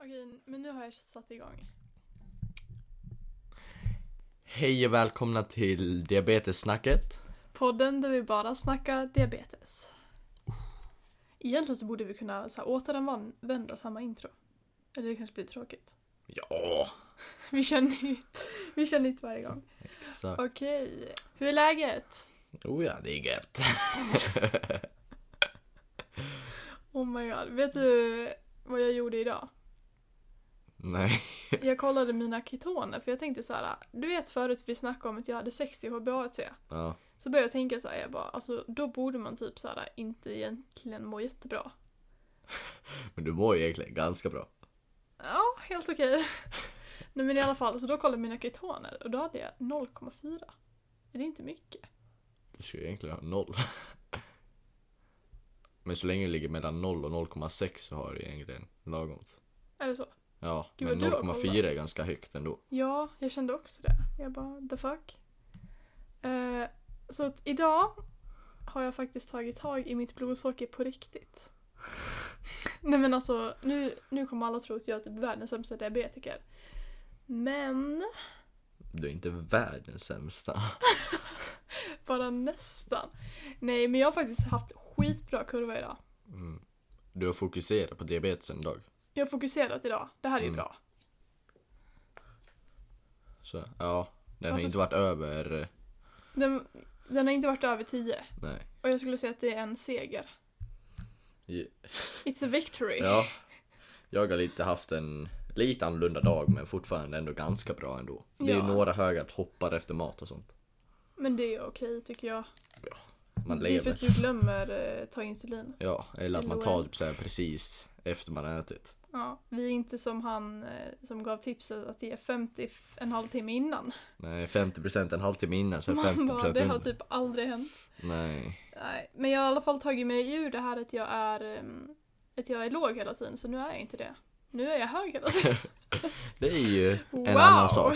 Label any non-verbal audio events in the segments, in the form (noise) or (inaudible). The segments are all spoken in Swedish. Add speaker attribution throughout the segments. Speaker 1: Okej, men nu har jag satt igång.
Speaker 2: Hej och välkomna till diabetessnacket.
Speaker 1: Podden där vi bara snackar diabetes. Egentligen så borde vi kunna så här, återanvända samma intro. Eller det kanske blir tråkigt. (laughs)
Speaker 2: Ja,
Speaker 1: Vi kör nytt. Vi kör nytt varje gång.
Speaker 2: exakt.
Speaker 1: Okej, hur är läget?
Speaker 2: Oh ja, det är gött.
Speaker 1: Oh my god, vet du vad jag gjorde idag?
Speaker 2: Nej.
Speaker 1: Jag kollade mina ketoner för jag tänkte så här. du vet förut vi snackade om att jag hade 60 HbA1c.
Speaker 2: Ja,
Speaker 1: Så började jag tänka så här, jag bara, alltså då borde man typ så här inte egentligen må jättebra.
Speaker 2: men du mår ju egentligen ganska bra.
Speaker 1: Ja, helt okej. (laughs) Nej men i alla fall, så då kollade jag mina ketoner och då hade jag 0,4. Är det inte mycket?
Speaker 2: Du ska ju egentligen ha noll. Men så länge du ligger mellan 0 och 0,6 så har du egentligen lagomt.
Speaker 1: Är det så?
Speaker 2: Ja,
Speaker 1: Gud,
Speaker 2: men
Speaker 1: vad du har kollat.
Speaker 2: 0,4 är ganska högt ändå.
Speaker 1: Ja, jag kände också det. Jag bara, the fuck. Eh, så att idag har jag faktiskt tagit tag i mitt blodsocker på riktigt. (laughs) Nej men alltså, nu, nu kommer alla tro att jag är typ världens sämsta diabetiker. Men,
Speaker 2: Du är inte världens sämsta.
Speaker 1: bara nästan. Nej men jag har faktiskt haft skitbra kurva idag.
Speaker 2: Mm. Du har fokuserat på diabetesen idag.
Speaker 1: Jag har fokuserat idag, det här är ju
Speaker 2: Mm.
Speaker 1: bra.
Speaker 2: Så ja, den har
Speaker 1: Varför-
Speaker 2: inte varit över. eh,
Speaker 1: Den, den har inte varit över 10
Speaker 2: Nej.
Speaker 1: och jag skulle säga att det är en seger.
Speaker 2: Ge-
Speaker 1: It's a victory.
Speaker 2: Ja. Jag har lite haft en lite annorlunda dag men fortfarande ändå ganska bra ändå. Det är
Speaker 1: Ja.
Speaker 2: några höga hoppar efter mat och sånt.
Speaker 1: Men det är okej tycker jag.
Speaker 2: Man
Speaker 1: det är för
Speaker 2: lever.
Speaker 1: att du glömmer eh, ta insulin.
Speaker 2: Ja, eller att man
Speaker 1: Eller
Speaker 2: tar
Speaker 1: en-
Speaker 2: typ så här precis efter man har ätit.
Speaker 1: Ja, vi är inte som han eh, som gav tipset att det är 50 f- en halvtimme innan.
Speaker 2: Nej, 50% en halvtimme innan så är
Speaker 1: Man
Speaker 2: 50%
Speaker 1: bara, det har
Speaker 2: under.
Speaker 1: typ aldrig hänt.
Speaker 2: Nej.
Speaker 1: Nej, men jag har i alla fall tagit mig ur det här att jag är, ehm, att jag är låg hela tiden, så nu är jag inte det. Nu är jag hög hela tiden.
Speaker 2: Det är ju en annan sak.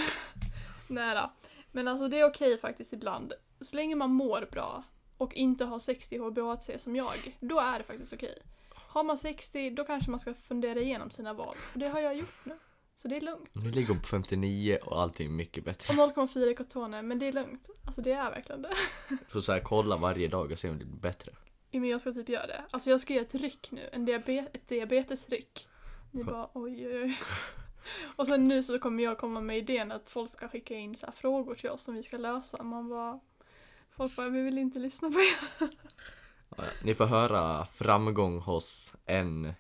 Speaker 1: Nära. Men alltså det är okej faktiskt ibland. Så länge man mår bra och inte har 60 HbA1c som jag, då är det faktiskt okej. Har man 60, då kanske man ska fundera igenom sina val. Och det har jag gjort nu. Så det är lugnt.
Speaker 2: Nu ligger hon på 59 och allting är mycket
Speaker 1: Och
Speaker 2: bättre.
Speaker 1: 0,4 i kotoner, men det är lugnt. Alltså det är verkligen det.
Speaker 2: Så, så här, kolla varje dag och se om det blir bättre.
Speaker 1: Ja, Men jag ska typ göra det. Alltså jag ska göra ett ryck nu, en diabe- ett diabetesryck. Ni
Speaker 2: Ko-
Speaker 1: bara oj oj oj. Och sen nu så kommer jag komma med idén att folk ska skicka in så här frågor till oss som vi ska lösa. Man bara, folk bara vi vill inte lyssna på er.
Speaker 2: Ja, Ni får höra framgång hos en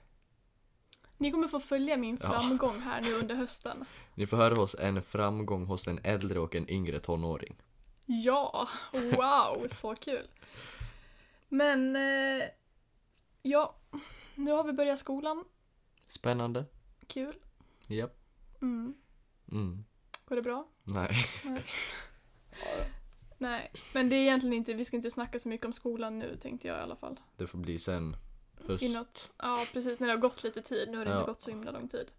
Speaker 1: Ni kommer få följa min
Speaker 2: Ja.
Speaker 1: framgång här nu under
Speaker 2: (laughs)
Speaker 1: hösten.
Speaker 2: Ni får höra hos en framgång hos en äldre och en yngre tonåring.
Speaker 1: Ja, wow, så kul. Men eh, ja, nu har vi börjat skolan.
Speaker 2: Spännande.
Speaker 1: Kul.
Speaker 2: Japp.
Speaker 1: Mm.
Speaker 2: Mm.
Speaker 1: Går det bra?
Speaker 2: Nej. (laughs)
Speaker 1: Nej. Nej, men det är egentligen inte, vi ska inte snacka så mycket om skolan nu tänkte jag i alla fall.
Speaker 2: Det får bli sen
Speaker 1: I
Speaker 2: höst.
Speaker 1: något, ja precis, när det har gått lite tid, nu har det
Speaker 2: Ja.
Speaker 1: inte gått så himla lång tid.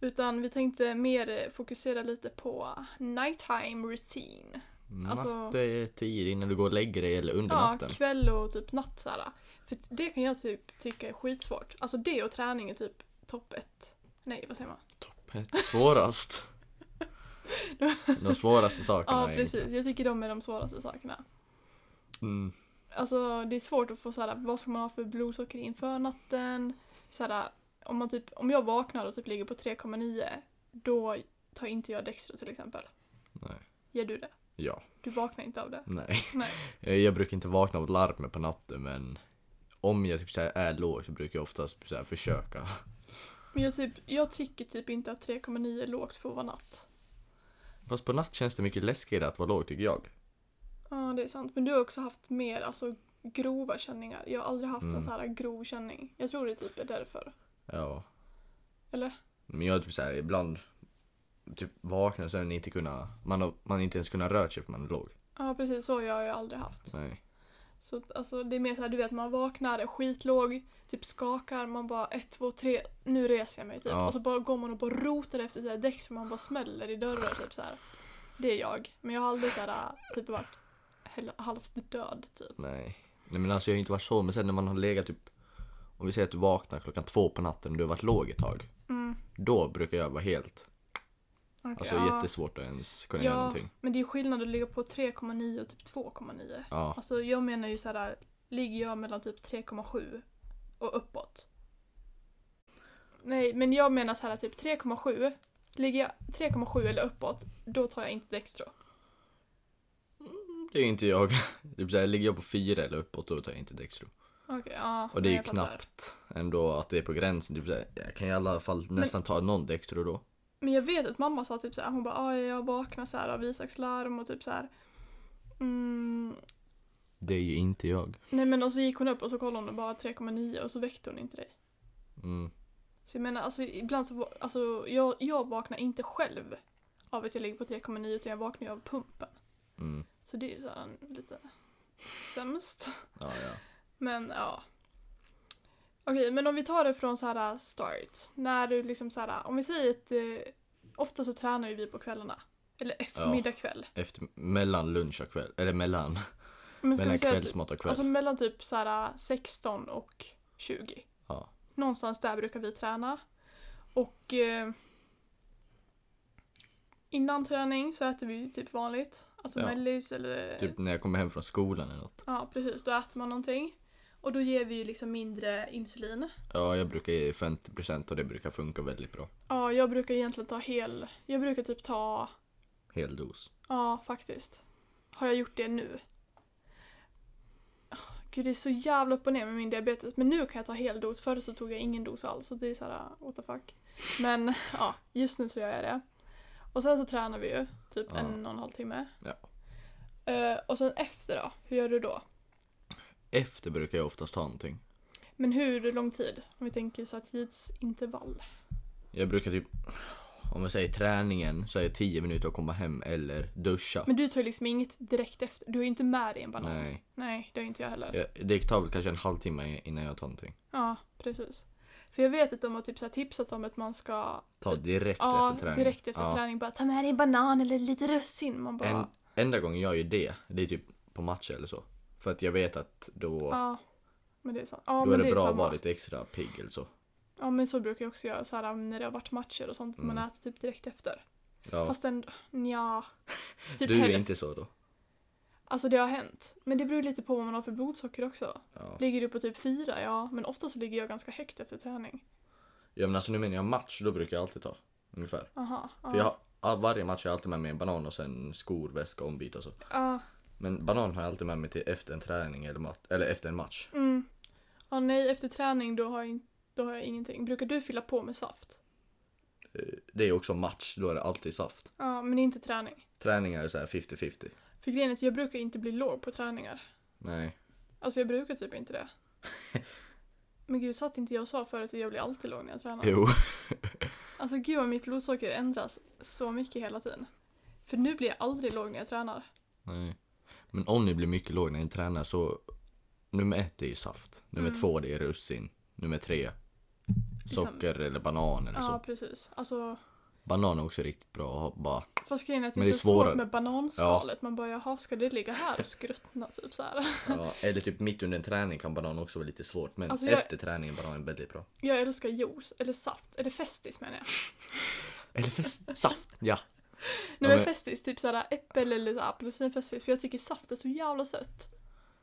Speaker 1: Utan vi tänkte mer eh, fokusera lite på nighttime routine.
Speaker 2: Mm.
Speaker 1: alltså-
Speaker 2: Nattetid innan du går och lägger dig eller under
Speaker 1: Ja,
Speaker 2: natten.
Speaker 1: kväll och typ natt så här. För det kan jag typ tycka är skitsvårt. Alltså det och träning är typ topp ett. Nej, vad säger man?
Speaker 2: Toppet. Svårast. (laughs) De svåraste
Speaker 1: (laughs)
Speaker 2: sakerna.
Speaker 1: Ja,
Speaker 2: är-
Speaker 1: precis. Jag tycker de är de svåraste sakerna.
Speaker 2: Mm.
Speaker 1: Alltså det är svårt att få såhär, vad ska man ha för blodsocker inför natten? Såhär, om, man typ, om jag vaknar och typ ligger på 3,9 då tar inte jag Dextro till exempel.
Speaker 2: Nej.
Speaker 1: Gör du det?
Speaker 2: Ja.
Speaker 1: Du vaknar inte av det?
Speaker 2: Nej.
Speaker 1: Nej.
Speaker 2: Eh, Jag brukar inte vakna av larmet på natten men om jag typ så här är låg så brukar jag oftast så här försöka.
Speaker 1: Men jag, typ, jag tycker typ inte att 3,9 är lågt för att vara natt.
Speaker 2: Fast på natt känns det mycket läskigare att vara låg tycker jag.
Speaker 1: Ja det är sant. Men du har också haft mer alltså, grova känningar. Jag har aldrig haft en
Speaker 2: Mm.
Speaker 1: så här grov känning. Jag tror det typ är därför.
Speaker 2: Ja.
Speaker 1: Eller?
Speaker 2: Men jag är typ såhär ibland typ vaknar och sen inte kunna, man har man har inte ens kunnat röra sig för man är låg.
Speaker 1: Ja precis, så har jag ju aldrig haft.
Speaker 2: Nej.
Speaker 1: Så att, alltså, det är mer så här, du vet man vaknar, är skitlåg, typ skakar, man bara ett, två, tre, nu reser jag mig typ.
Speaker 2: Ja.
Speaker 1: Och så bara går man och bara rotar efter så här däck så man bara smäller i dörrar typ så här. Det är jag. Men jag har aldrig så här, typ varit hel- halvt död typ.
Speaker 2: Nej. Nej men alltså jag har inte varit så, men sen när man har legat typ, om vi säger att du vaknar klockan två på natten och du har varit låg ett tag.
Speaker 1: Mm.
Speaker 2: Då brukar jag vara helt,
Speaker 1: Okej,
Speaker 2: alltså
Speaker 1: ja.
Speaker 2: jättesvårt att ens kunna
Speaker 1: Ja.
Speaker 2: göra någonting.
Speaker 1: Men det är ju skillnad att ligga på 3,9 och typ 2,9.
Speaker 2: Ja,
Speaker 1: Alltså jag menar ju så här, ligger jag mellan typ 3,7 och uppåt? Nej, men jag menar så här typ 3,7. Ligger jag 3,7 eller uppåt, då tar jag inte Dextro.
Speaker 2: det är inte jag. (laughs) Typ så här, ligger jag på fyra eller uppåt då tar jag inte Dextro.
Speaker 1: Okej, ja.
Speaker 2: Och det
Speaker 1: nej,
Speaker 2: är ju
Speaker 1: jag fattar.
Speaker 2: knappt ändå att det är på gränsen. Typ så här, jag kan i alla fall nästan ta någon Dextro då.
Speaker 1: Men jag vet att mamma sa typ så här, hon bara ah, jag vaknar så här av Isaks larm och typ så här. Mm,
Speaker 2: Det är ju inte jag.
Speaker 1: nej men och så gick hon upp och så kollade hon och bara 3,9 och så väckte hon inte dig.
Speaker 2: Mm.
Speaker 1: Så jag menar, alltså ibland så, va- alltså jag, jag vaknar inte själv av att jag ligger på 3,9 utan jag vaknar ju av pumpen.
Speaker 2: Mm.
Speaker 1: Så det är ju så här lite sämst.
Speaker 2: Ja, ja.
Speaker 1: Men ja. Okej, men om vi tar det från så här start. När du liksom så här, om vi säger att eh, ofta så tränar ju vi på kvällarna. Eller eftermiddag kväll.
Speaker 2: Efter, mellan lunch och kväll, eller mellan,
Speaker 1: Men ska
Speaker 2: mellan
Speaker 1: vi säga att,
Speaker 2: kvällsmat och kväll.
Speaker 1: alltså mellan typ så här 16 och 20.
Speaker 2: Ja.
Speaker 1: Någonstans där brukar vi träna. Och eh, innan träning så äter vi typ vanligt. Alltså
Speaker 2: Ja.
Speaker 1: mellis eller...
Speaker 2: Typ när jag kommer hem från skolan eller något.
Speaker 1: Ja, precis. Då äter man någonting. Och då ger vi ju liksom mindre insulin.
Speaker 2: Ja, jag brukar ge 50% och det brukar funka väldigt bra.
Speaker 1: Ja, jag brukar egentligen ta hel... Jag brukar typ ta...
Speaker 2: Hel dos.
Speaker 1: Ja, faktiskt. Har jag gjort det nu? Åh, Gud, det är så jävla upp och ner med min diabetes. Men nu kan jag ta hel dos. Förr så tog jag ingen dos alls. Så det är så här, what the fuck. Men (laughs) ja, just nu så gör jag det. Och sen så tränar vi ju. Typ
Speaker 2: Ja.
Speaker 1: en och en halv timme.
Speaker 2: Ja.
Speaker 1: Eh, och sen efter då? Hur gör du då?
Speaker 2: Efter brukar jag oftast ta någonting.
Speaker 1: Men hur lång tid? Om vi tänker så här tidsintervall.
Speaker 2: Jag brukar typ, om jag säger träningen, så är det 10 minuter att komma hem eller duscha.
Speaker 1: Men du tar ju liksom inget direkt efter. Du har ju inte med dig en banan.
Speaker 2: Nej.
Speaker 1: Nej, det har inte jag heller.
Speaker 2: Jag, det tar väl kanske en halvtimme innan jag tar någonting.
Speaker 1: Ja, precis. För jag vet att de har typ så här tipsat om att man ska
Speaker 2: Ta direkt
Speaker 1: ja,
Speaker 2: efter träning.
Speaker 1: direkt efter
Speaker 2: Ja.
Speaker 1: träning bara ta med dig en banan eller lite russin. Man bara,
Speaker 2: En, enda gången jag gör det, det är typ på matcher eller så. För att jag vet att då,
Speaker 1: ja. Men det är sant. Ja,
Speaker 2: då är
Speaker 1: men
Speaker 2: det, bra att
Speaker 1: samma.
Speaker 2: vara lite extra pigg eller så.
Speaker 1: Ja, men så brukar jag också göra så här um, när det har varit matcher och sånt. att Man
Speaker 2: Mm.
Speaker 1: äter typ direkt efter.
Speaker 2: Ja.
Speaker 1: Fast ändå, nja. (laughs) Typ
Speaker 2: du är
Speaker 1: hälften.
Speaker 2: inte så då?
Speaker 1: Alltså det har hänt. Men det beror lite på vad man har för blodsocker också.
Speaker 2: Ja.
Speaker 1: Ligger du på typ fyra, ja. Men ofta så ligger jag ganska högt efter träning.
Speaker 2: ja men alltså nu menar jag match, då brukar jag alltid ta. Ungefär.
Speaker 1: Aha. Ja.
Speaker 2: För jag, har- all- varje match har jag alltid med mig en banan och sen skor, väska, ombyte och så.
Speaker 1: Ja.
Speaker 2: Men banan har jag alltid med mig till efter en träning eller, mat, eller efter en match.
Speaker 1: Mm. Ja, nej, efter träning då har, jag, in- då har jag ingenting. Brukar du fylla på med saft?
Speaker 2: Eh, Det är också match, då är det alltid saft.
Speaker 1: Ja, men inte träning.
Speaker 2: Träningar är så här 50-50.
Speaker 1: För grejen är att jag brukar inte bli låg på träningar.
Speaker 2: Nej.
Speaker 1: Alltså jag brukar typ inte
Speaker 2: (laughs)
Speaker 1: det. Men gud, satt inte jag och sa förut att jag blir alltid låg när jag tränar?
Speaker 2: Jo. (laughs)
Speaker 1: Alltså gud vad mitt blodsocker ändras så mycket hela tiden. För nu blir jag aldrig låg när jag tränar.
Speaker 2: Nej. Men om ni blir mycket låg när ni tränar så nummer ett är ju saft. Nummer
Speaker 1: Mm.
Speaker 2: två det är russin. Nummer tre socker eller banan eller
Speaker 1: Liksom- Ja,
Speaker 2: så.
Speaker 1: precis. Alltså,
Speaker 2: Banan är också riktigt bra att
Speaker 1: (laughs)
Speaker 2: ha bara.
Speaker 1: fast grejen är att det är,
Speaker 2: Men det är
Speaker 1: så svårare.
Speaker 2: svårare.
Speaker 1: svårt med bananskalet. Man bara, jaha, ska det ligga här och skruttna typ så här? (laughs)
Speaker 2: Ja, eller typ mitt under en träning kan banan också vara lite svårt. Men
Speaker 1: Alltså jag-
Speaker 2: efter träningen banan är väldigt bra.
Speaker 1: Jag älskar juice, eller saft, eller festis menar jag.
Speaker 2: Eller fest, saft, ja.
Speaker 1: Nej
Speaker 2: Ja,
Speaker 1: men
Speaker 2: men-
Speaker 1: festis, typ såhär äppel eller så här apelsinfestis för jag tycker saft är så jävla sött.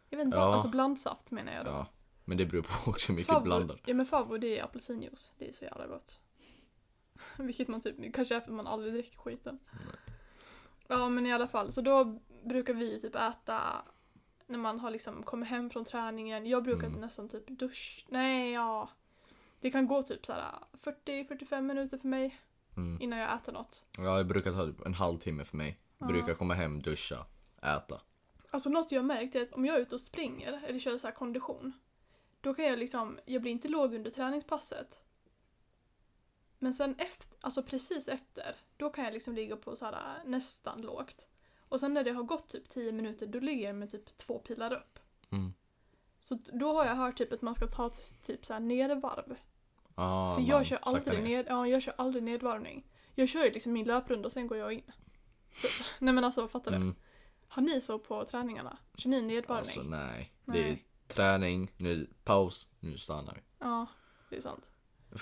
Speaker 1: Jag vet inte,
Speaker 2: Ja.
Speaker 1: alltså blandsaft menar jag då.
Speaker 2: Ja. Men det beror på också hur mycket
Speaker 1: Favvo-
Speaker 2: du blandar.
Speaker 1: Ja men favvo det är apelsinjuice, det är så jävla gott. (laughs) Vilket man typ, kanske är för att man aldrig dricker skiten. Ja men i alla fall, så då brukar vi ju typ äta när man har liksom kommit hem från träningen. Jag brukar
Speaker 2: Mm.
Speaker 1: nästan typ dusch, nej ja. Det kan gå typ såhär 40-45 minuter för mig
Speaker 2: Mm.
Speaker 1: innan jag äter något.
Speaker 2: Ja, jag brukar ta typ en halvtimme för mig.
Speaker 1: Ja.
Speaker 2: Brukar komma hem, duscha, äta.
Speaker 1: Alltså något jag har märkt är att om jag är ute och springer eller kör så här kondition. Då kan jag liksom, jag blir inte låg under träningspasset. Men sen efter, alltså precis efter, då kan jag liksom ligga på så här nästan lågt. Och sen när det har gått typ 10 minuter då ligger jag med typ två pilar upp.
Speaker 2: Mm.
Speaker 1: Så t- då har jag hört typ att man ska ta t- typ så här nervarv.
Speaker 2: Ah,
Speaker 1: För
Speaker 2: man
Speaker 1: jag kör,
Speaker 2: saktar
Speaker 1: aldrig ned, ja, jag kör aldrig nedvarvning. Jag kör ju liksom min löprunda och sen går jag in. (laughs) Typ. Nej men alltså fattar du?
Speaker 2: Mm.
Speaker 1: Har ni så på träningarna? Kör ni nedvarvning?
Speaker 2: Alltså nej. Det är
Speaker 1: Nej.
Speaker 2: träning, nu paus, nu stannar vi.
Speaker 1: Ja, det är sant.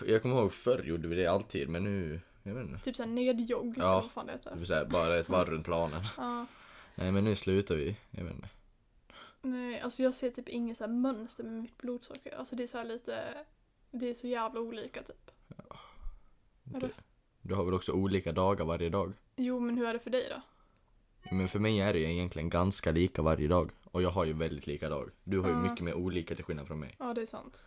Speaker 2: Jag kommer ihåg förr gjorde vi det alltid men nu, jag vet inte.
Speaker 1: Typ såhär nedjogg,
Speaker 2: Ja.
Speaker 1: eller vad fan det
Speaker 2: Det
Speaker 1: heter.
Speaker 2: vill säga bara ett varv
Speaker 1: (laughs)
Speaker 2: runt planen.
Speaker 1: Ja.
Speaker 2: Nej men nu slutar vi, jag vet inte.
Speaker 1: nej, alltså jag ser typ inget så här mönster med mitt blodsocker. Alltså det är så här lite, det är så jävla olika typ.
Speaker 2: Du, du har väl också olika dagar varje dag?
Speaker 1: Jo men hur är det för dig då?
Speaker 2: Jo, Men för mig är det ju egentligen ganska lika varje dag. Och jag har ju väldigt lika dag. Du har ju
Speaker 1: Ja.
Speaker 2: mycket mer olika till skillnad från mig.
Speaker 1: Ja det är sant.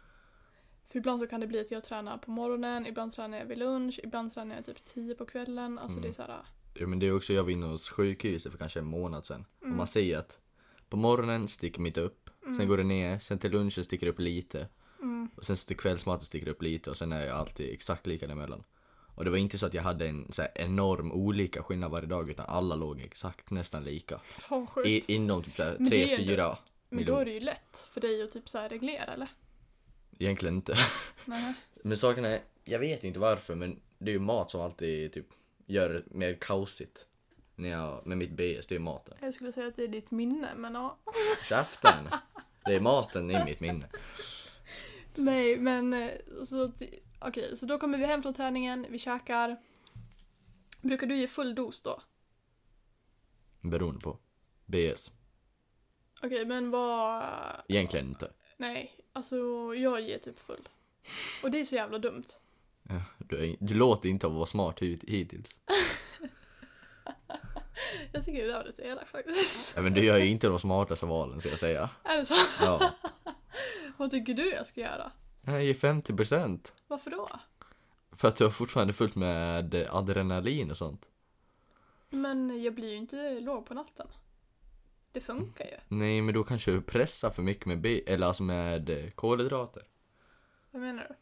Speaker 1: För ibland så kan det bli att jag tränar på morgonen, ibland tränar jag vid lunch, ibland tränar jag typ 10 på kvällen. Alltså det är
Speaker 2: Mm.
Speaker 1: såhär,
Speaker 2: Jo, Men det är också, jag var inne hos sjukhuset för kanske en månad sedan. Och
Speaker 1: Mm.
Speaker 2: man säger att på morgonen sticker mitt upp, sen går det ner, sen till lunchen sticker det upp lite.
Speaker 1: mm,
Speaker 2: Och sen så till kvällsmaten sticker det upp lite och sen är jag alltid exakt lika däremellan. Och det var inte så att jag hade en så här enorm olika skillnad varje dag utan alla låg exakt nästan lika.
Speaker 1: fan sjukt.
Speaker 2: I, inom typ så här
Speaker 1: Men det är ju
Speaker 2: tre,
Speaker 1: ändå-
Speaker 2: fyra.
Speaker 1: men då är det ju lätt för dig att typ såhär reglera eller?
Speaker 2: Egentligen inte. (laughs)
Speaker 1: Nej.
Speaker 2: Men saken är, jag vet inte varför men det är ju mat som alltid typ gör det mer kaosigt. När jag, med mitt BS, det är maten.
Speaker 1: Jag skulle säga att det är ditt minne men ja.
Speaker 2: Käften! Det är maten i mitt minne.
Speaker 1: Nej, men eh, så att- okej, så då kommer vi hem från träningen, vi käkar. Brukar du ge full dos då?
Speaker 2: Beroende på. BS.
Speaker 1: Okej, men vad...
Speaker 2: Egentligen inte.
Speaker 1: Nej, alltså jag ger typ full. Och det är så jävla dumt.
Speaker 2: Ja, Du, är, du låter inte vara smart hit- hittills.
Speaker 1: Jag tycker det där var lite elakt faktiskt.
Speaker 2: (laughs) Ja, men du gör ju inte de smartaste valen ska jag säga.
Speaker 1: Är det så?
Speaker 2: Ja.
Speaker 1: Vad tycker du jag ska göra?
Speaker 2: Jag ger 50%
Speaker 1: Varför då?
Speaker 2: för att du har fortfarande fullt med adrenalin och sånt.
Speaker 1: Men jag blir ju inte låg på natten. Det funkar ju.
Speaker 2: Nej, men då kanske du pressar för mycket med B, eller alltså med eh, kolhydrater.
Speaker 1: Vad menar du?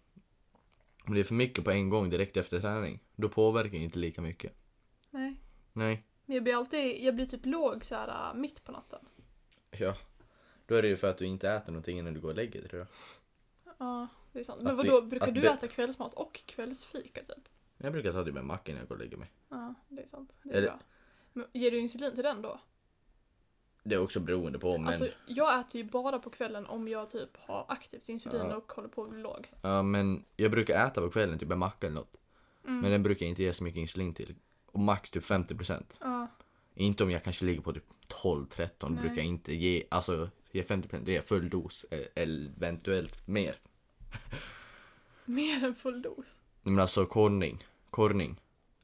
Speaker 2: Om det är för mycket på en gång direkt efter träning, då påverkar det inte lika mycket.
Speaker 1: Nej.
Speaker 2: Nej.
Speaker 1: Men jag blir alltid, jag blir typ låg så här äh, mitt på natten.
Speaker 2: Ja. Då är det ju för att du inte äter någonting innan du går och lägger dig, tror jag.
Speaker 1: Ja, det är sant. Men
Speaker 2: Att
Speaker 1: vadå,
Speaker 2: vi-
Speaker 1: brukar
Speaker 2: att
Speaker 1: du
Speaker 2: vi-
Speaker 1: äta kvällsmat och kvällsfika typ?
Speaker 2: Jag brukar ta det med en macka innan jag går och lägger mig.
Speaker 1: Ja, det är sant. Det är
Speaker 2: Eller-
Speaker 1: bra. Men ger du insulin till den då?
Speaker 2: Det är också beroende på, men...
Speaker 1: Alltså jag äter ju bara på kvällen om jag typ har aktivt insulin
Speaker 2: Ja.
Speaker 1: och håller på att bli låg.
Speaker 2: Ja, men jag brukar äta på kvällen, typ en macka eller något.
Speaker 1: Mm.
Speaker 2: Men den brukar jag inte ge så mycket insulin till. Och max typ 50%.
Speaker 1: Ja,
Speaker 2: Inte om jag kanske ligger på typ 12-13
Speaker 1: Nej.
Speaker 2: brukar jag inte ge, alltså ge 50% det är full dos, eh, eventuellt mer.
Speaker 1: mer än full dos.
Speaker 2: Men alltså korning, korning. Om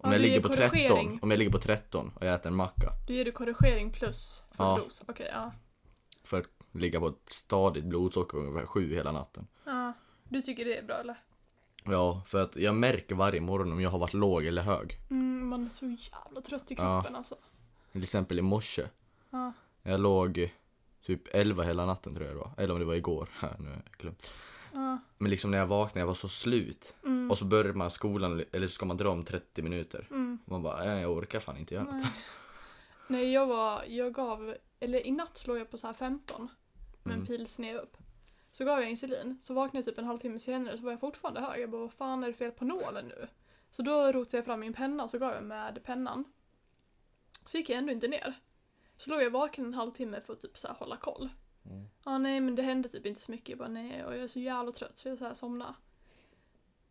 Speaker 1: Ja,
Speaker 2: jag
Speaker 1: du
Speaker 2: ligger
Speaker 1: ger
Speaker 2: på
Speaker 1: korrigering.
Speaker 2: 13, om jag ligger på 13 och jag äter en macka
Speaker 1: Då ger du korrigering plus full
Speaker 2: Ja.
Speaker 1: dos. Okej, ja.
Speaker 2: för att ligga på ett stadigt blodsocker på ungefär 7 hela natten.
Speaker 1: Ja, du tycker det är bra eller?
Speaker 2: Ja, för att jag märker varje morgon om jag har varit låg eller hög.
Speaker 1: Mm, man är så jävla trött i
Speaker 2: Ja.
Speaker 1: kroppen alltså.
Speaker 2: Till exempel i morse,
Speaker 1: Ja.
Speaker 2: jag låg typ 11 hela natten tror jag det var. Eller om det var igår, (laughs) nu har jag glömt.
Speaker 1: Ja.
Speaker 2: Men liksom när jag vaknade, jag var så slut.
Speaker 1: Mm.
Speaker 2: Och så börjar man skolan, eller så ska man dra om 30 minuter.
Speaker 1: Mm.
Speaker 2: Man bara, "Nej, jag orkar fan inte göra något.
Speaker 1: Nej. Nej, jag var, jag gav, eller i natt låg jag på så här 15 med en
Speaker 2: Mm.
Speaker 1: pil sned upp. Så gav jag insulin, så vaknade jag typ en halvtimme senare så var jag fortfarande hög. Jag bara, vad fan är det fel på nålen nu? Så då rotade jag fram min penna och så gav jag med pennan. Så gick jag ändå inte ner. Så låg jag vaken en halvtimme för att typ så här hålla koll.
Speaker 2: Mm.
Speaker 1: Ja, nej men det hände typ inte så mycket. Jag bara nej och jag är så jävla trött så jag så här somna.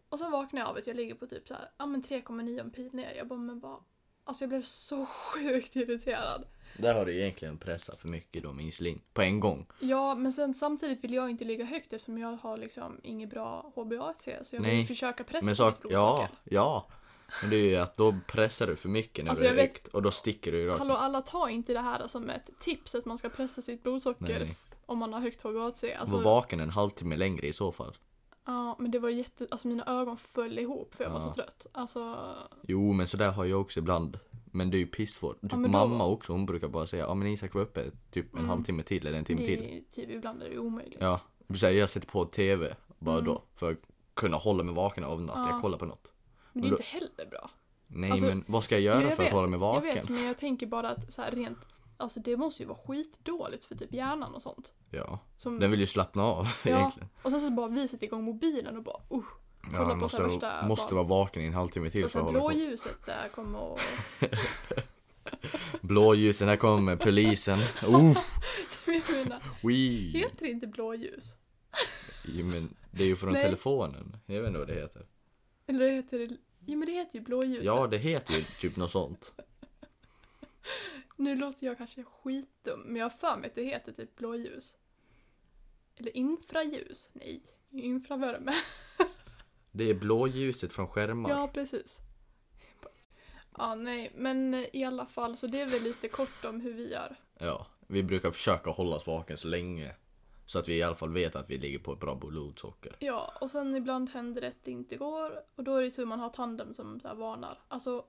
Speaker 1: Och sen vaknade jag av att jag ligger på typ så här, ja men 3,9 pil ner. Jag bara men vad? Alltså jag blev så (laughs) sjukt irriterad.
Speaker 2: Där har du egentligen pressat för mycket då med insulin. På en gång.
Speaker 1: Ja, men sen samtidigt vill jag inte ligga högt eftersom jag har liksom inget bra HbA1c så jag vill
Speaker 2: Nej,
Speaker 1: försöka pressa
Speaker 2: Men sak,
Speaker 1: mitt
Speaker 2: ja,
Speaker 1: blodsocker.
Speaker 2: ja. Men det är ju att då pressar du för mycket när
Speaker 1: Alltså,
Speaker 2: du är
Speaker 1: jag vet-
Speaker 2: högt och då sticker du ju rakt.
Speaker 1: Hallå alla, ta inte det här som ett tips att man ska pressa sitt blodsocker
Speaker 2: Nej.
Speaker 1: om man har högt HbA1c.
Speaker 2: Var
Speaker 1: Alltså,
Speaker 2: vaken en halvtimme längre i så fall.
Speaker 1: ja, men det var jätte, alltså mina ögon föll ihop för jag var
Speaker 2: Ja.
Speaker 1: så trött. Alltså,
Speaker 2: Jo men sådär har jag också ibland. Men det är ju pissvårt. Typ
Speaker 1: men då-
Speaker 2: mamma också hon brukar bara säga ja men Isak var uppe typ en
Speaker 1: Mm.
Speaker 2: halvtimme till eller en timme
Speaker 1: det är
Speaker 2: till.
Speaker 1: ju typ ibland är det omöjligt.
Speaker 2: Ja. Det vill säga, Jag sätter på tv bara
Speaker 1: Mm.
Speaker 2: då. För att kunna hålla mig vaken av att
Speaker 1: Ja.
Speaker 2: jag kollar på något.
Speaker 1: Men det är
Speaker 2: Då-
Speaker 1: inte heller bra.
Speaker 2: Nej
Speaker 1: Alltså,
Speaker 2: men vad ska jag göra
Speaker 1: Jo, jag
Speaker 2: för
Speaker 1: vet,
Speaker 2: att hålla mig
Speaker 1: Jag
Speaker 2: vaken?
Speaker 1: vet, men jag tänker bara att så här, rent, alltså det måste ju vara skitdåligt för typ hjärnan och sånt.
Speaker 2: Ja,
Speaker 1: Som,
Speaker 2: den vill ju slappna av (laughs)
Speaker 1: Ja,
Speaker 2: egentligen.
Speaker 1: Och sen så bara vi sätter igång mobilen och bara uh, kolla
Speaker 2: Ja,
Speaker 1: på
Speaker 2: måste,
Speaker 1: så här värsta
Speaker 2: måste vara vaken i en halvtimme till
Speaker 1: och
Speaker 2: för att
Speaker 1: sen
Speaker 2: hålla koll.
Speaker 1: blåljuset där kommer och... (laughs)
Speaker 2: Blåljusen, här
Speaker 1: (laughs)
Speaker 2: kommer polisen. Oh,
Speaker 1: jag menar,
Speaker 2: wee.
Speaker 1: heter det inte blåljus?
Speaker 2: Jo, men det är ju från
Speaker 1: Nej.
Speaker 2: telefonen. Jag vet inte vad det heter.
Speaker 1: Eller det heter det... Jo men det heter ju blåljuset.
Speaker 2: Ja, det heter ju typ något sånt.
Speaker 1: Nu låter jag kanske skitdum, men jag har för mig att det heter typ blåljus. Eller infraljus? Nej, infravärme. (laughs)
Speaker 2: Det är blåljuset från skärmar.
Speaker 1: Ja, precis. Ja, nej, men i alla fall, så det är väl lite kort om hur vi gör.
Speaker 2: Ja, vi brukar försöka hålla oss vaken så länge. Så att vi i alla fall vet att vi ligger på ett bra blodsocker.
Speaker 1: Ja, och sen ibland händer det att det inte går och då är det tur man har tandem som så här varnar. Alltså,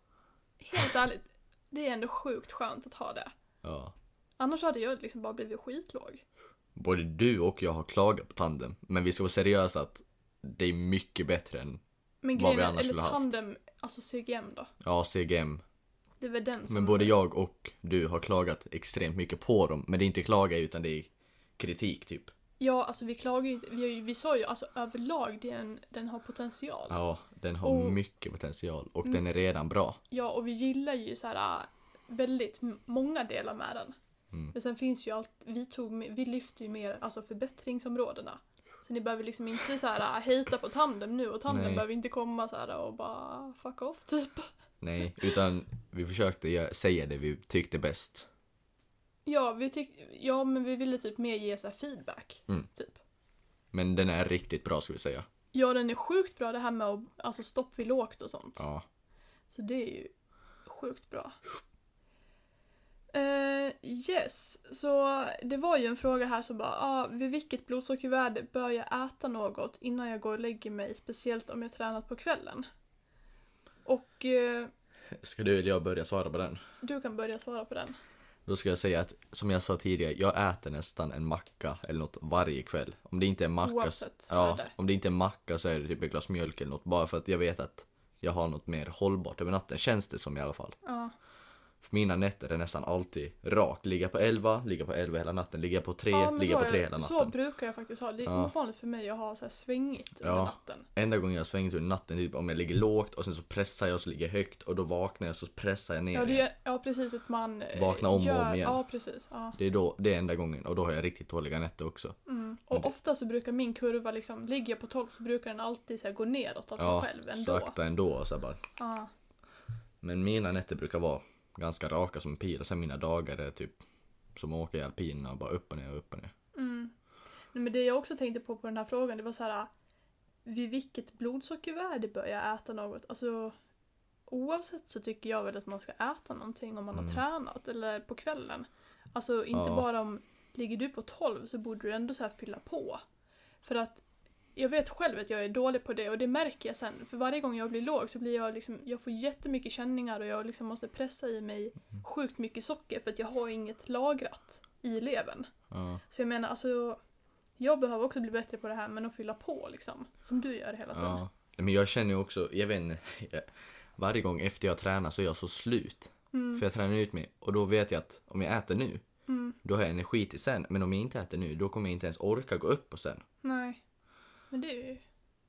Speaker 1: helt ärligt, det är ändå sjukt skönt att ha det.
Speaker 2: Ja.
Speaker 1: Annars hade jag liksom bara blivit skitlåg.
Speaker 2: Både du och jag har klagat på tanden. Men vi ska vara seriösa att det är mycket bättre än
Speaker 1: Men
Speaker 2: Vad
Speaker 1: grejen
Speaker 2: vi
Speaker 1: är,
Speaker 2: annars
Speaker 1: eller
Speaker 2: skulle haft.
Speaker 1: tandem, alltså CGM då.
Speaker 2: ja, CGM.
Speaker 1: Det är väl den som...
Speaker 2: Men både jag och du har klagat extremt mycket på dem. Men det är inte klaga utan det är kritik typ.
Speaker 1: Ja, alltså vi klagar ju inte. Vi, har ju- vi sa ju alltså överlag, det är en, den har potential. Ja.
Speaker 2: Ja, den har
Speaker 1: Och- Mm.
Speaker 2: mycket potential och den är redan bra.
Speaker 1: och vi gillar ju så här äh, väldigt m- många delar med den.
Speaker 2: Mm.
Speaker 1: Men sen finns ju allt, vi, tog, med- vi lyfte ju mer alltså förbättringsområdena. Så ni behöver liksom inte så här äh, hejta på tandem nu och tandem
Speaker 2: Nej.
Speaker 1: behöver inte komma så här och bara fuck off typ.
Speaker 2: Nej, utan vi försökte gö- säga det vi tyckte bäst.
Speaker 1: Ja, vi tyck, ja, men vi ville typ mer ge så här feedback.
Speaker 2: Mm.
Speaker 1: Typ.
Speaker 2: Men den är riktigt bra ska vi säga.
Speaker 1: Ja, den är sjukt bra det här med att, alltså stopp vid lågt och sånt.
Speaker 2: Ja.
Speaker 1: Så det är ju sjukt bra. Eh, yes, så det var ju en fråga här som bara, ah, vid vilket blodsockervärde bör jag äta något innan jag går och lägger mig, speciellt om jag tränat på kvällen? Och eh,
Speaker 2: Ska du eller jag börja svara på den?
Speaker 1: du kan börja svara på den.
Speaker 2: Då ska jag säga att som jag sa tidigare, jag äter nästan en macka eller något varje kväl. Om det inte är macka,
Speaker 1: Oavsett
Speaker 2: ja,
Speaker 1: värde.
Speaker 2: om det inte är macka så är det typ ett glas mjölk eller något bara för att jag vet att jag har något mer hållbart över natten, känns det som i alla fall.
Speaker 1: Ja,
Speaker 2: För mina nätter är nästan alltid rak, ligga på 11, ligga på 11 hela natten, ligga på 3,
Speaker 1: ja
Speaker 2: ligga
Speaker 1: så,
Speaker 2: på
Speaker 1: har
Speaker 2: 3 hela
Speaker 1: jag, så
Speaker 2: natten.
Speaker 1: brukar jag faktiskt ha. Det är
Speaker 2: Ja.
Speaker 1: ovanligt för mig att ha så här svängigt under
Speaker 2: Ja.
Speaker 1: natten.
Speaker 2: Enda gången jag har svängt under natten är typ om jag ligger lågt och sen så pressar jag och så ligger jag högt och då vaknar jag och så pressar jag ner
Speaker 1: Ja, det
Speaker 2: igen.
Speaker 1: är, ja precis, att man eh,
Speaker 2: Vakna om och om igen.
Speaker 1: Ja, precis. Ja.
Speaker 2: Det är då, det är enda gången och då har jag riktigt dåliga nätter också.
Speaker 1: Mm. Och ofta så brukar min kurva, liksom, ligger jag på 12 så brukar den alltid så här, gå neråt av sig
Speaker 2: Ja,
Speaker 1: själv ändå.
Speaker 2: sakta ändå och så här bara
Speaker 1: Ja.
Speaker 2: Men mina nätter brukar vara ganska raka som en pil och sen mina dagar är typ som att åka i alpinerna och bara upp och ner och upp och ner.
Speaker 1: Mm. Nej, Men det jag också tänkte på på den här frågan, det var så här äh, vid vilket blodsockervärde bör jag äta något? Alltså oavsett så tycker jag väl att man ska äta någonting om man har
Speaker 2: Mm.
Speaker 1: tränat eller på kvällen. Alltså inte
Speaker 2: Ja.
Speaker 1: bara om, ligger du på 12 så borde du ändå så här fylla på. För att jag vet själv att jag är dålig på det och det märker jag sen. För varje gång jag blir låg så blir jag liksom, jag får jättemycket känningar och jag liksom måste pressa i mig
Speaker 2: Mm.
Speaker 1: sjukt mycket socker för att jag har inget lagrat i levern.
Speaker 2: Ja,
Speaker 1: Så jag menar, alltså, jag behöver också bli bättre på det här men att fylla på liksom. Som du gör hela tiden.
Speaker 2: ja. Men jag känner ju också, jag vet inte, jag- varje gång efter jag tränar så är jag så slut. För jag tränar ut mig och då vet jag att om jag äter nu,
Speaker 1: Mm.
Speaker 2: då har jag energi till sen. Men om jag inte äter nu, då kommer jag inte ens orka gå upp och sen.
Speaker 1: Nej. Men det är ju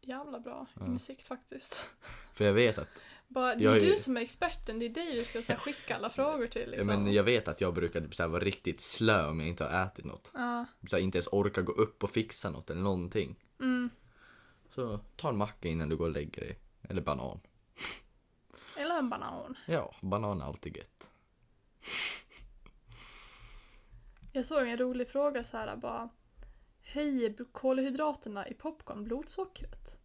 Speaker 1: jävla bra insikt faktiskt. (laughs)
Speaker 2: För jag vet att,
Speaker 1: Bara, det är
Speaker 2: Jag är-
Speaker 1: du som är experten, det är dig vi ska så här, skicka alla frågor till liksom.
Speaker 2: men jag vet att jag brukar typ så här vara riktigt slö om jag inte har ätit något.
Speaker 1: Ja.
Speaker 2: Så här, inte ens orka gå upp och fixa något eller någonting.
Speaker 1: Mm.
Speaker 2: Så ta en macka innan du går och lägger dig. Eller banan.
Speaker 1: Eller en banan.
Speaker 2: Ja, banan är alltid gött.
Speaker 1: Jag såg en rolig fråga så här bara. Höjer kolhydraterna i popcorn blodsockret?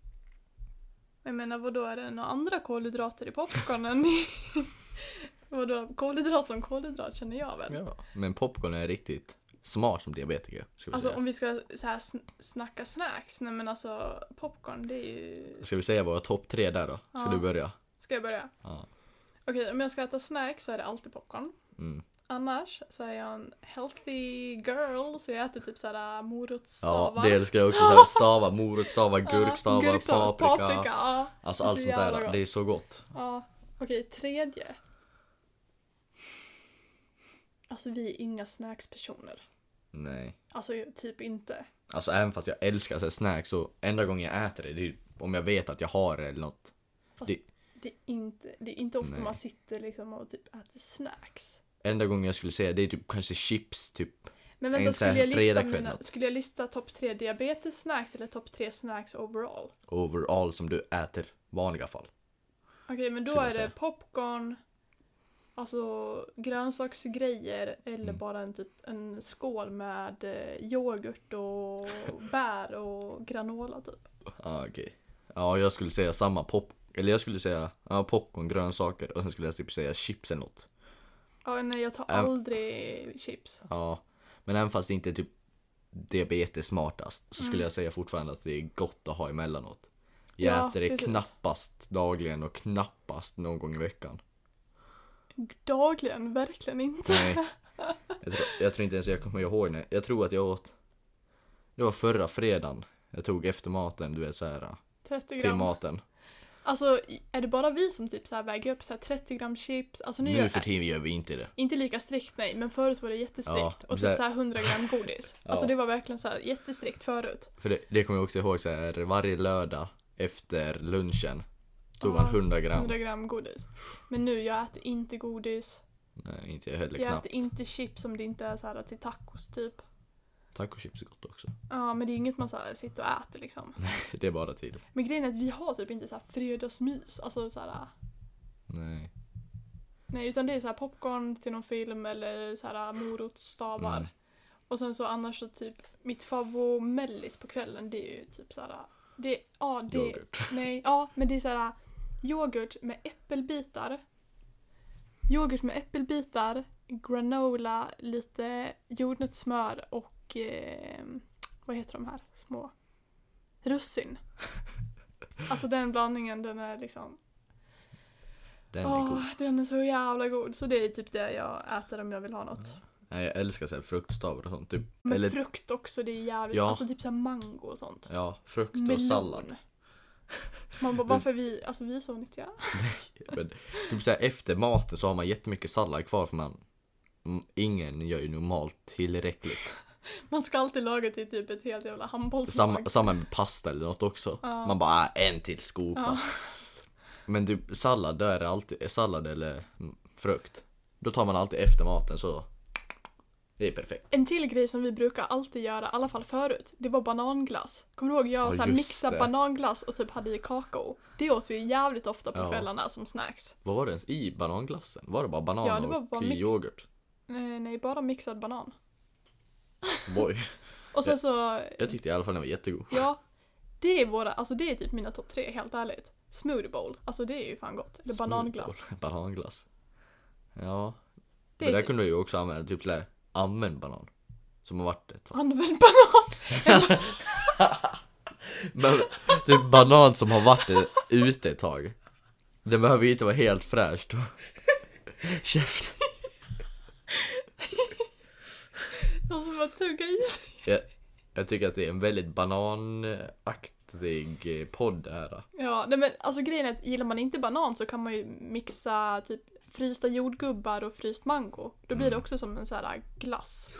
Speaker 1: Jag menar vadå, är det några andra kolhydrater i popcornen? (laughs) vadå, kolhydrat som kolhydrat känner jag väl.
Speaker 2: Ja. Men popcorn är riktigt smart som diabetiker. Ska vi,
Speaker 1: Alltså
Speaker 2: säga.
Speaker 1: om vi ska så här sn- snacka snacks, nej men alltså popcorn det är ju...
Speaker 2: ska vi säga våra topp tre där då? Ska
Speaker 1: Ja.
Speaker 2: du börja?
Speaker 1: Ska jag börja?
Speaker 2: Ja.
Speaker 1: Okej, om jag ska äta snacks så är det alltid popcorn.
Speaker 2: Mm.
Speaker 1: Annars så är jag en healthy girl så jag äter typ såhär
Speaker 2: ja,
Speaker 1: morotsstavar.
Speaker 2: det älskar jag också. Så här, stava, morotstavar,
Speaker 1: Ja,
Speaker 2: gurkstavar, paprika.
Speaker 1: paprika. ja.
Speaker 2: Alltså
Speaker 1: Det är
Speaker 2: allt
Speaker 1: så
Speaker 2: sånt
Speaker 1: jävla
Speaker 2: där.
Speaker 1: gott.
Speaker 2: Det är så gott.
Speaker 1: ja. Okej, tredje. Alltså vi är inga snackspersoner.
Speaker 2: Nej.
Speaker 1: Alltså typ inte.
Speaker 2: Alltså även fast jag älskar så här snacks så enda gången jag äter det, det är typ om jag vet att jag har det eller något.
Speaker 1: Fast det,
Speaker 2: Det-
Speaker 1: är, inte, det är inte ofta
Speaker 2: Nej.
Speaker 1: man sitter liksom och typ äter snacks.
Speaker 2: Enda gången jag skulle säga det är typ kanske chips typ.
Speaker 1: Men
Speaker 2: En
Speaker 1: vänta,
Speaker 2: så här
Speaker 1: skulle jag, lista
Speaker 2: fredagkväll
Speaker 1: mina,
Speaker 2: något.
Speaker 1: skulle jag lista topp tre diabetes snacks eller topp tre snacks overall?
Speaker 2: Overall som du äter Vanliga fall.
Speaker 1: Okej, men då
Speaker 2: Skulle
Speaker 1: är
Speaker 2: jag
Speaker 1: det
Speaker 2: säga.
Speaker 1: popcorn, alltså grönsaksgrejer eller
Speaker 2: Mm.
Speaker 1: bara en, typ, en skål med eh, yoghurt
Speaker 2: (laughs)
Speaker 1: och bär och granola typ.
Speaker 2: Ja, Ah, okej. Ja, jag skulle säga samma pop... Eller jag skulle säga ja, popcorn, grönsaker och sen skulle jag typ säga chips eller något.
Speaker 1: Ja, nej jag tar
Speaker 2: Äm.
Speaker 1: aldrig chips.
Speaker 2: Ja. Men även fast det inte är typ diabetes smartast så
Speaker 1: Mm.
Speaker 2: skulle jag säga fortfarande att det är gott att ha emellanåt. Jag
Speaker 1: Ja,
Speaker 2: äter det
Speaker 1: precis.
Speaker 2: knappast dagligen och knappast någon gång i veckan.
Speaker 1: Dagligen, verkligen inte.
Speaker 2: Nej. Jag tror, jag tror inte ens jag kommer ihåg när. Jag tror att jag åt. Det var förra fredagen. Jag tog efter maten, du vet såhär.
Speaker 1: 30
Speaker 2: Till
Speaker 1: gram.
Speaker 2: maten.
Speaker 1: Alltså är det bara vi som typ så här väger upp så här 30 gram chips? Alltså nu,
Speaker 2: Nu
Speaker 1: gör
Speaker 2: för tiden gör vi inte det.
Speaker 1: Inte lika strikt nej, men förut var det jättestrikt.
Speaker 2: Ja,
Speaker 1: och
Speaker 2: det-
Speaker 1: typ så här 100 gram godis.
Speaker 2: (laughs) Ja.
Speaker 1: Alltså det var verkligen så här jättestrikt förut.
Speaker 2: För det, det kommer jag också ihåg så här, varje lördag efter lunchen tog man
Speaker 1: Ja,
Speaker 2: 100 gram.
Speaker 1: 100 gram godis. Men nu, jag äter inte godis.
Speaker 2: Nej, inte jag heller
Speaker 1: Jag
Speaker 2: knappt.
Speaker 1: äter inte chips om det inte är så här till tacos typ.
Speaker 2: Tacochips är gott också. (laughs)
Speaker 1: Ja, men det är inget man så här sitter och äter liksom.
Speaker 2: Det är bara tid.
Speaker 1: Men grejen är att vi har typ inte så här fredagsmys. Alltså så här,
Speaker 2: Nej.
Speaker 1: nej, utan det är så här popcorn till någon film eller så här morotsstavar.
Speaker 2: Mm.
Speaker 1: Och sen så annars så typ mitt mellis på kvällen det är ju typ så här. Det, ja, det,
Speaker 2: Yoghurt.
Speaker 1: Nej, ja, men det är så här äh, yoghurt med äppelbitar. Yoghurt med äppelbitar, granola, lite jordnötssmör och eh, vad heter de här små?
Speaker 2: (laughs)
Speaker 1: Russin. Alltså den blandningen den är liksom,
Speaker 2: Den är
Speaker 1: åh
Speaker 2: god.
Speaker 1: den är så jävla god. Så det är typ det jag äter om jag vill ha något.
Speaker 2: Nej, jag älskar så här fruktstavar och sånt. Typ.
Speaker 1: Med
Speaker 2: Eller
Speaker 1: frukt också, det är jävligt,
Speaker 2: Ja.
Speaker 1: alltså typ såhär mango och sånt.
Speaker 2: ja, frukt och
Speaker 1: Melon.
Speaker 2: sallad.
Speaker 1: Man
Speaker 2: (laughs)
Speaker 1: bara, varför är vi, alltså vi är så nyttiga.
Speaker 2: Men, typ så här, efter maten så har man jättemycket sallad kvar för man mm, Ingen gör ju normalt
Speaker 1: (laughs)
Speaker 2: tillräckligt.
Speaker 1: Man ska alltid laga till typ ett helt jävla handbollslag.
Speaker 2: Samma, samma med pasta eller något också.
Speaker 1: Ja.
Speaker 2: Man bara, äh, en till skopa.
Speaker 1: Ja.
Speaker 2: Men typ sallad, då är det alltid sallad eller mm, frukt. Då tar man alltid efter maten så Det är perfekt.
Speaker 1: En till grej som vi brukar alltid göra, i alla fall förut, det var bananglass. Kommer du ihåg? Jag
Speaker 2: Ja,
Speaker 1: så här
Speaker 2: just
Speaker 1: mixade
Speaker 2: det.
Speaker 1: bananglass och typ hade i kakao. Det åt vi jävligt ofta på
Speaker 2: Ja.
Speaker 1: kvällarna som snacks.
Speaker 2: Vad var det ens i bananglassen? Var det bara banan
Speaker 1: Ja, det var
Speaker 2: och
Speaker 1: bara mix.
Speaker 2: yoghurt?
Speaker 1: Eh, nej, bara mixad banan.
Speaker 2: Boy.
Speaker 1: Och sen så,
Speaker 2: Jag tyckte i alla fall den var jättegod.
Speaker 1: ja. Det är våra, alltså det är typ mina topp tre, helt ärligt. Smoothie bowl, alltså det är ju fan gott. Eller bananglass.
Speaker 2: Smultron, (laughs) bananglass. Ja.
Speaker 1: Det
Speaker 2: Det,
Speaker 1: är
Speaker 2: där
Speaker 1: typ-
Speaker 2: kunde du ju också använda, typ sådär använd banan. Som har varit ett tag.
Speaker 1: Använd banan! (laughs)
Speaker 2: Men (laughs) typ banan som har varit ute ett tag. Det behöver ju inte vara helt fräscht. (laughs) Käft.
Speaker 1: De som bara tugga i sig.
Speaker 2: Jag, jag tycker att det är en väldigt bananaktig eh, podd det här.
Speaker 1: Ja, nej men alltså grejen är att gillar man inte banan så kan man ju mixa typ frysta jordgubbar och fryst mango. Då blir det också som en så här glass.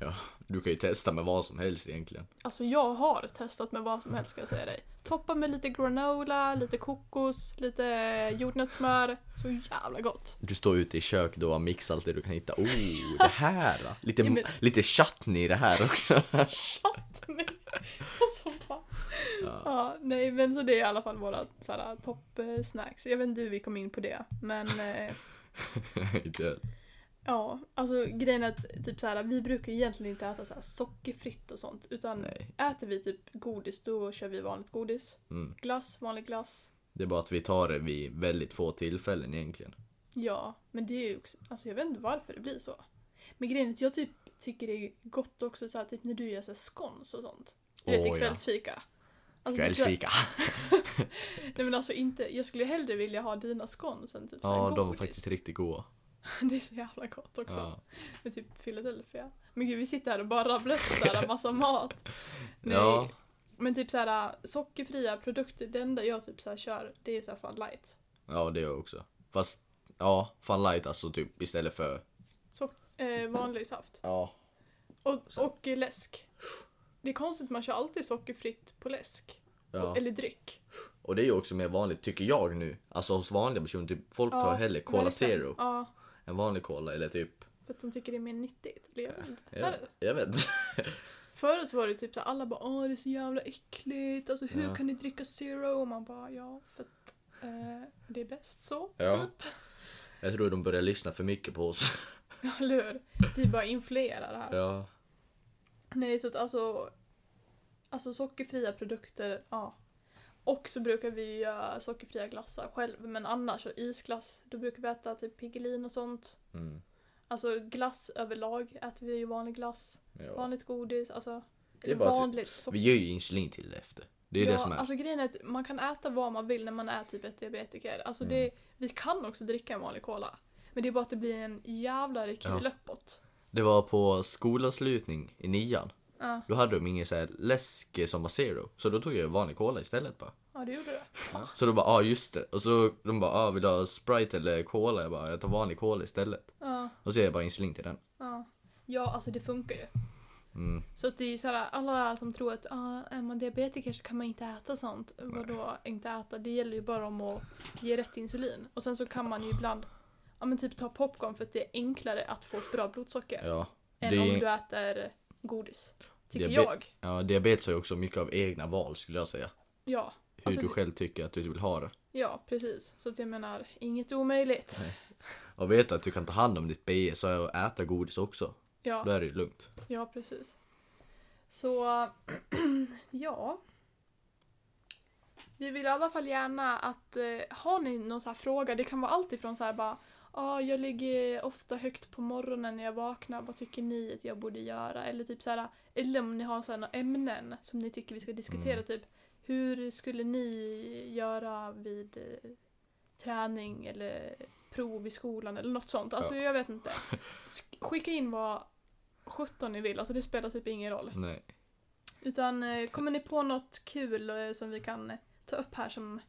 Speaker 2: Ja, du kan ju testa med vad som helst egentligen.
Speaker 1: Alltså jag har testat med vad som helst ska jag säga dig. Toppa med lite granola, lite kokos, lite jordnötssmör. Så jävla gott. (laughs)
Speaker 2: Du står ute i köket och bara mixar allt det du kan hitta. Oh, det här!
Speaker 1: (laughs)
Speaker 2: då. Lite,
Speaker 1: Ja, men-
Speaker 2: lite chutney i det här också. (laughs)
Speaker 1: Chutney! Alltså, ja. ja, nej men så det är i alla fall våra så här toppsnacks. Jag vet inte hur vi kom in på det, men eh,
Speaker 2: Inte-
Speaker 1: Ja, alltså grejen är att typ så här, vi brukar ju egentligen inte äta så här sockerfritt och sånt. Utan
Speaker 2: Nej.
Speaker 1: äter vi typ godis då kör vi vanligt godis.
Speaker 2: Mm.
Speaker 1: Glass, vanlig glass.
Speaker 2: Det är bara att vi tar det vid väldigt få tillfällen egentligen.
Speaker 1: Ja, men det är ju också, alltså jag vet inte varför det blir så. Men grejen är att jag typ tycker det är gott också så här, typ när du gör så här scones och sånt. Du vet
Speaker 2: Åh,
Speaker 1: i
Speaker 2: ja.
Speaker 1: kvällsfika. Alltså, typ så här-
Speaker 2: Kvällsfika.
Speaker 1: Nej men alltså inte, jag skulle hellre vilja ha dina scones än typ så här
Speaker 2: Ja, de var
Speaker 1: godis.
Speaker 2: faktiskt riktigt goda.
Speaker 1: (laughs) Det är så jävla gott också.
Speaker 2: Ja.
Speaker 1: Med typ Philadelphia. Men gud, vi sitter här och bara rabblar upp så här massa mat. Nej.
Speaker 2: Ja.
Speaker 1: Men typ så här sockerfria produkter, det enda jag typ så här kör, det är så här fan light.
Speaker 2: ja, det gör jag också. Fast, ja, fan light alltså typ istället för...
Speaker 1: Sock, eh, vanlig saft.
Speaker 2: Ja.
Speaker 1: Och, och läsk. Det är konstigt, att man kör alltid sockerfritt på läsk.
Speaker 2: ja.
Speaker 1: Eller dryck.
Speaker 2: Och det är ju också mer vanligt, tycker jag nu. Alltså hos vanliga personer, typ, folk tar hellre Cola
Speaker 1: verkligen.
Speaker 2: Zero
Speaker 1: Ja,
Speaker 2: än vanlig Cola eller typ...
Speaker 1: för att de tycker det är mer nyttigt. Eller jag vet inte.
Speaker 2: Jag,
Speaker 1: Är det?
Speaker 2: jag vet (laughs) inte.
Speaker 1: Förut så var det typ så här, alla bara åh det är så jävla äckligt, alltså hur
Speaker 2: Ja.
Speaker 1: kan ni dricka zero? Och man bara ja, för att eh, det är bäst så.
Speaker 2: Ja.
Speaker 1: Typ. (laughs)
Speaker 2: Jag tror de börjar lyssna för mycket på oss.
Speaker 1: Ja, eller hur? Vi bara influerar det här.
Speaker 2: Ja.
Speaker 1: Nej, så att alltså, alltså sockerfria produkter, ja. Och så brukar vi ju göra sockerfria glassar själv, men annars så isglass, då brukar vi äta typ Piggelin och sånt.
Speaker 2: Mm.
Speaker 1: Alltså glass överlag äter vi ju vanlig glass,
Speaker 2: ja.
Speaker 1: vanligt godis, alltså
Speaker 2: Det är bara typ-
Speaker 1: vanligt socker.
Speaker 2: Vi gör ju insulin till det efter. Det är ju
Speaker 1: ja,
Speaker 2: det som är.
Speaker 1: Alltså grejen är att man kan äta vad man vill när man är typ ett diabetiker. Alltså det,
Speaker 2: Mm.
Speaker 1: vi kan också dricka en vanlig cola. Men det är bara att det blir en jävla rekyl
Speaker 2: Ja.
Speaker 1: uppåt.
Speaker 2: Det var på skolavslutning i nian.
Speaker 1: Ja.
Speaker 2: Då hade de ingen så här läsk som var zero. Så då tog jag vanlig cola istället bara.
Speaker 1: ja, det gjorde det.
Speaker 2: Så de bara, ja ah, just det. Och så de bara, ah, vill du ha Sprite eller Cola? Jag bara, jag tar vanlig Cola istället.
Speaker 1: Ja.
Speaker 2: Och så ger jag bara insulin till den.
Speaker 1: Ja, ja alltså det funkar ju.
Speaker 2: Mm.
Speaker 1: Så att det är så här, alla som tror att ah, är man diabetiker så kan man inte äta sånt. Vadå inte äta? Det gäller ju bara om att ge rätt insulin. Och sen så kan man ju ibland ja, men typ ta popcorn för att det är enklare att få ett bra blodsocker
Speaker 2: Ja.
Speaker 1: än
Speaker 2: Det-
Speaker 1: om du äter godis. Tycker
Speaker 2: Diabe-
Speaker 1: jag.
Speaker 2: ja, diabetes har ju också mycket av egna val skulle jag säga.
Speaker 1: Ja.
Speaker 2: Hur
Speaker 1: Alltså,
Speaker 2: du
Speaker 1: det-
Speaker 2: själv tycker att du vill ha det.
Speaker 1: ja, precis. Så att jag menar, inget omöjligt.
Speaker 2: Och veta att du kan ta hand om ditt BS och äta godis också. Då
Speaker 1: Ja,
Speaker 2: är det ju lugnt.
Speaker 1: ja, precis. Så, (clears throat) ja. Vi vill i alla fall gärna att, eh, har ni någon så här fråga, det kan vara allt ifrån så här bara Ja, jag ligger ofta högt på morgonen när jag vaknar. Vad tycker ni att jag borde göra? Eller typ så här, eller om ni har så här några ämnen som ni tycker vi ska diskutera.
Speaker 2: Mm.
Speaker 1: Typ, hur skulle ni göra vid eh, träning eller prov i skolan eller något sånt? Alltså
Speaker 2: Ja.
Speaker 1: jag vet
Speaker 2: (laughs)
Speaker 1: inte. Sk- skicka in vad 17 ni vill. Alltså det spelar typ ingen roll.
Speaker 2: Nej.
Speaker 1: Utan
Speaker 2: (laughs)
Speaker 1: eh, kommer ni på något kul eh, som vi kan eh, ta upp här som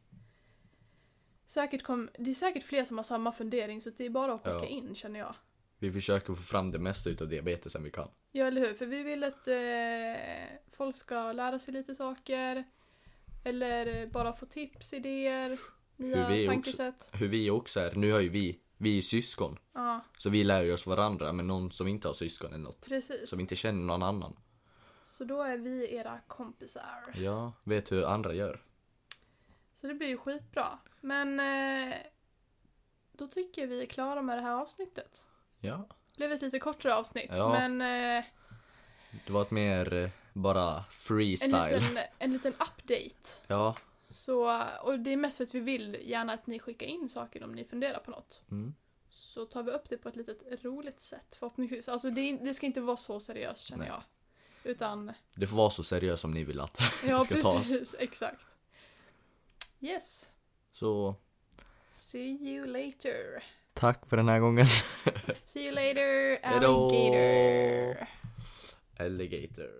Speaker 1: säkert kom, det är säkert fler som har samma fundering så det är bara att skicka
Speaker 2: Ja.
Speaker 1: in känner jag.
Speaker 2: Vi försöker få fram det mesta utav diabetesen vi kan.
Speaker 1: Ja eller hur, för vi vill att eh, folk ska lära sig lite saker eller eh, bara få tips, idéer,
Speaker 2: Hur vi
Speaker 1: nya
Speaker 2: också-
Speaker 1: tankesätt.
Speaker 2: Hur vi också är, nu har ju vi, vi är ju syskon.
Speaker 1: Ja,
Speaker 2: Så vi lär ju oss varandra med någon som inte har syskon eller något.
Speaker 1: precis.
Speaker 2: Som inte känner någon annan.
Speaker 1: Så då är vi era kompisar.
Speaker 2: Ja, vet hur andra gör.
Speaker 1: Så det blir ju skitbra. Men eh, då tycker jag vi är klara med det här avsnittet.
Speaker 2: Ja.
Speaker 1: blev ett lite kortare avsnitt,
Speaker 2: Ja.
Speaker 1: men eh,
Speaker 2: Det var ett mer eh, bara
Speaker 1: en,
Speaker 2: freestyle.
Speaker 1: liten, en liten update.
Speaker 2: Ja.
Speaker 1: Så, och det är mest för att vi vill gärna att ni skickar in saker om ni funderar på något.
Speaker 2: Mm.
Speaker 1: Så tar vi upp det på ett litet roligt sätt förhoppningsvis. Alltså det, är- det ska inte vara så seriöst känner
Speaker 2: Nej.
Speaker 1: jag. Utan,
Speaker 2: Det får vara så seriöst som ni vill att (laughs)
Speaker 1: ja
Speaker 2: det ska tas.
Speaker 1: precis, (laughs) exakt. Yes,
Speaker 2: Så
Speaker 1: see you later.
Speaker 2: tack för den här gången.
Speaker 1: See you later,
Speaker 2: Hejdå.
Speaker 1: alligator.
Speaker 2: Alligator.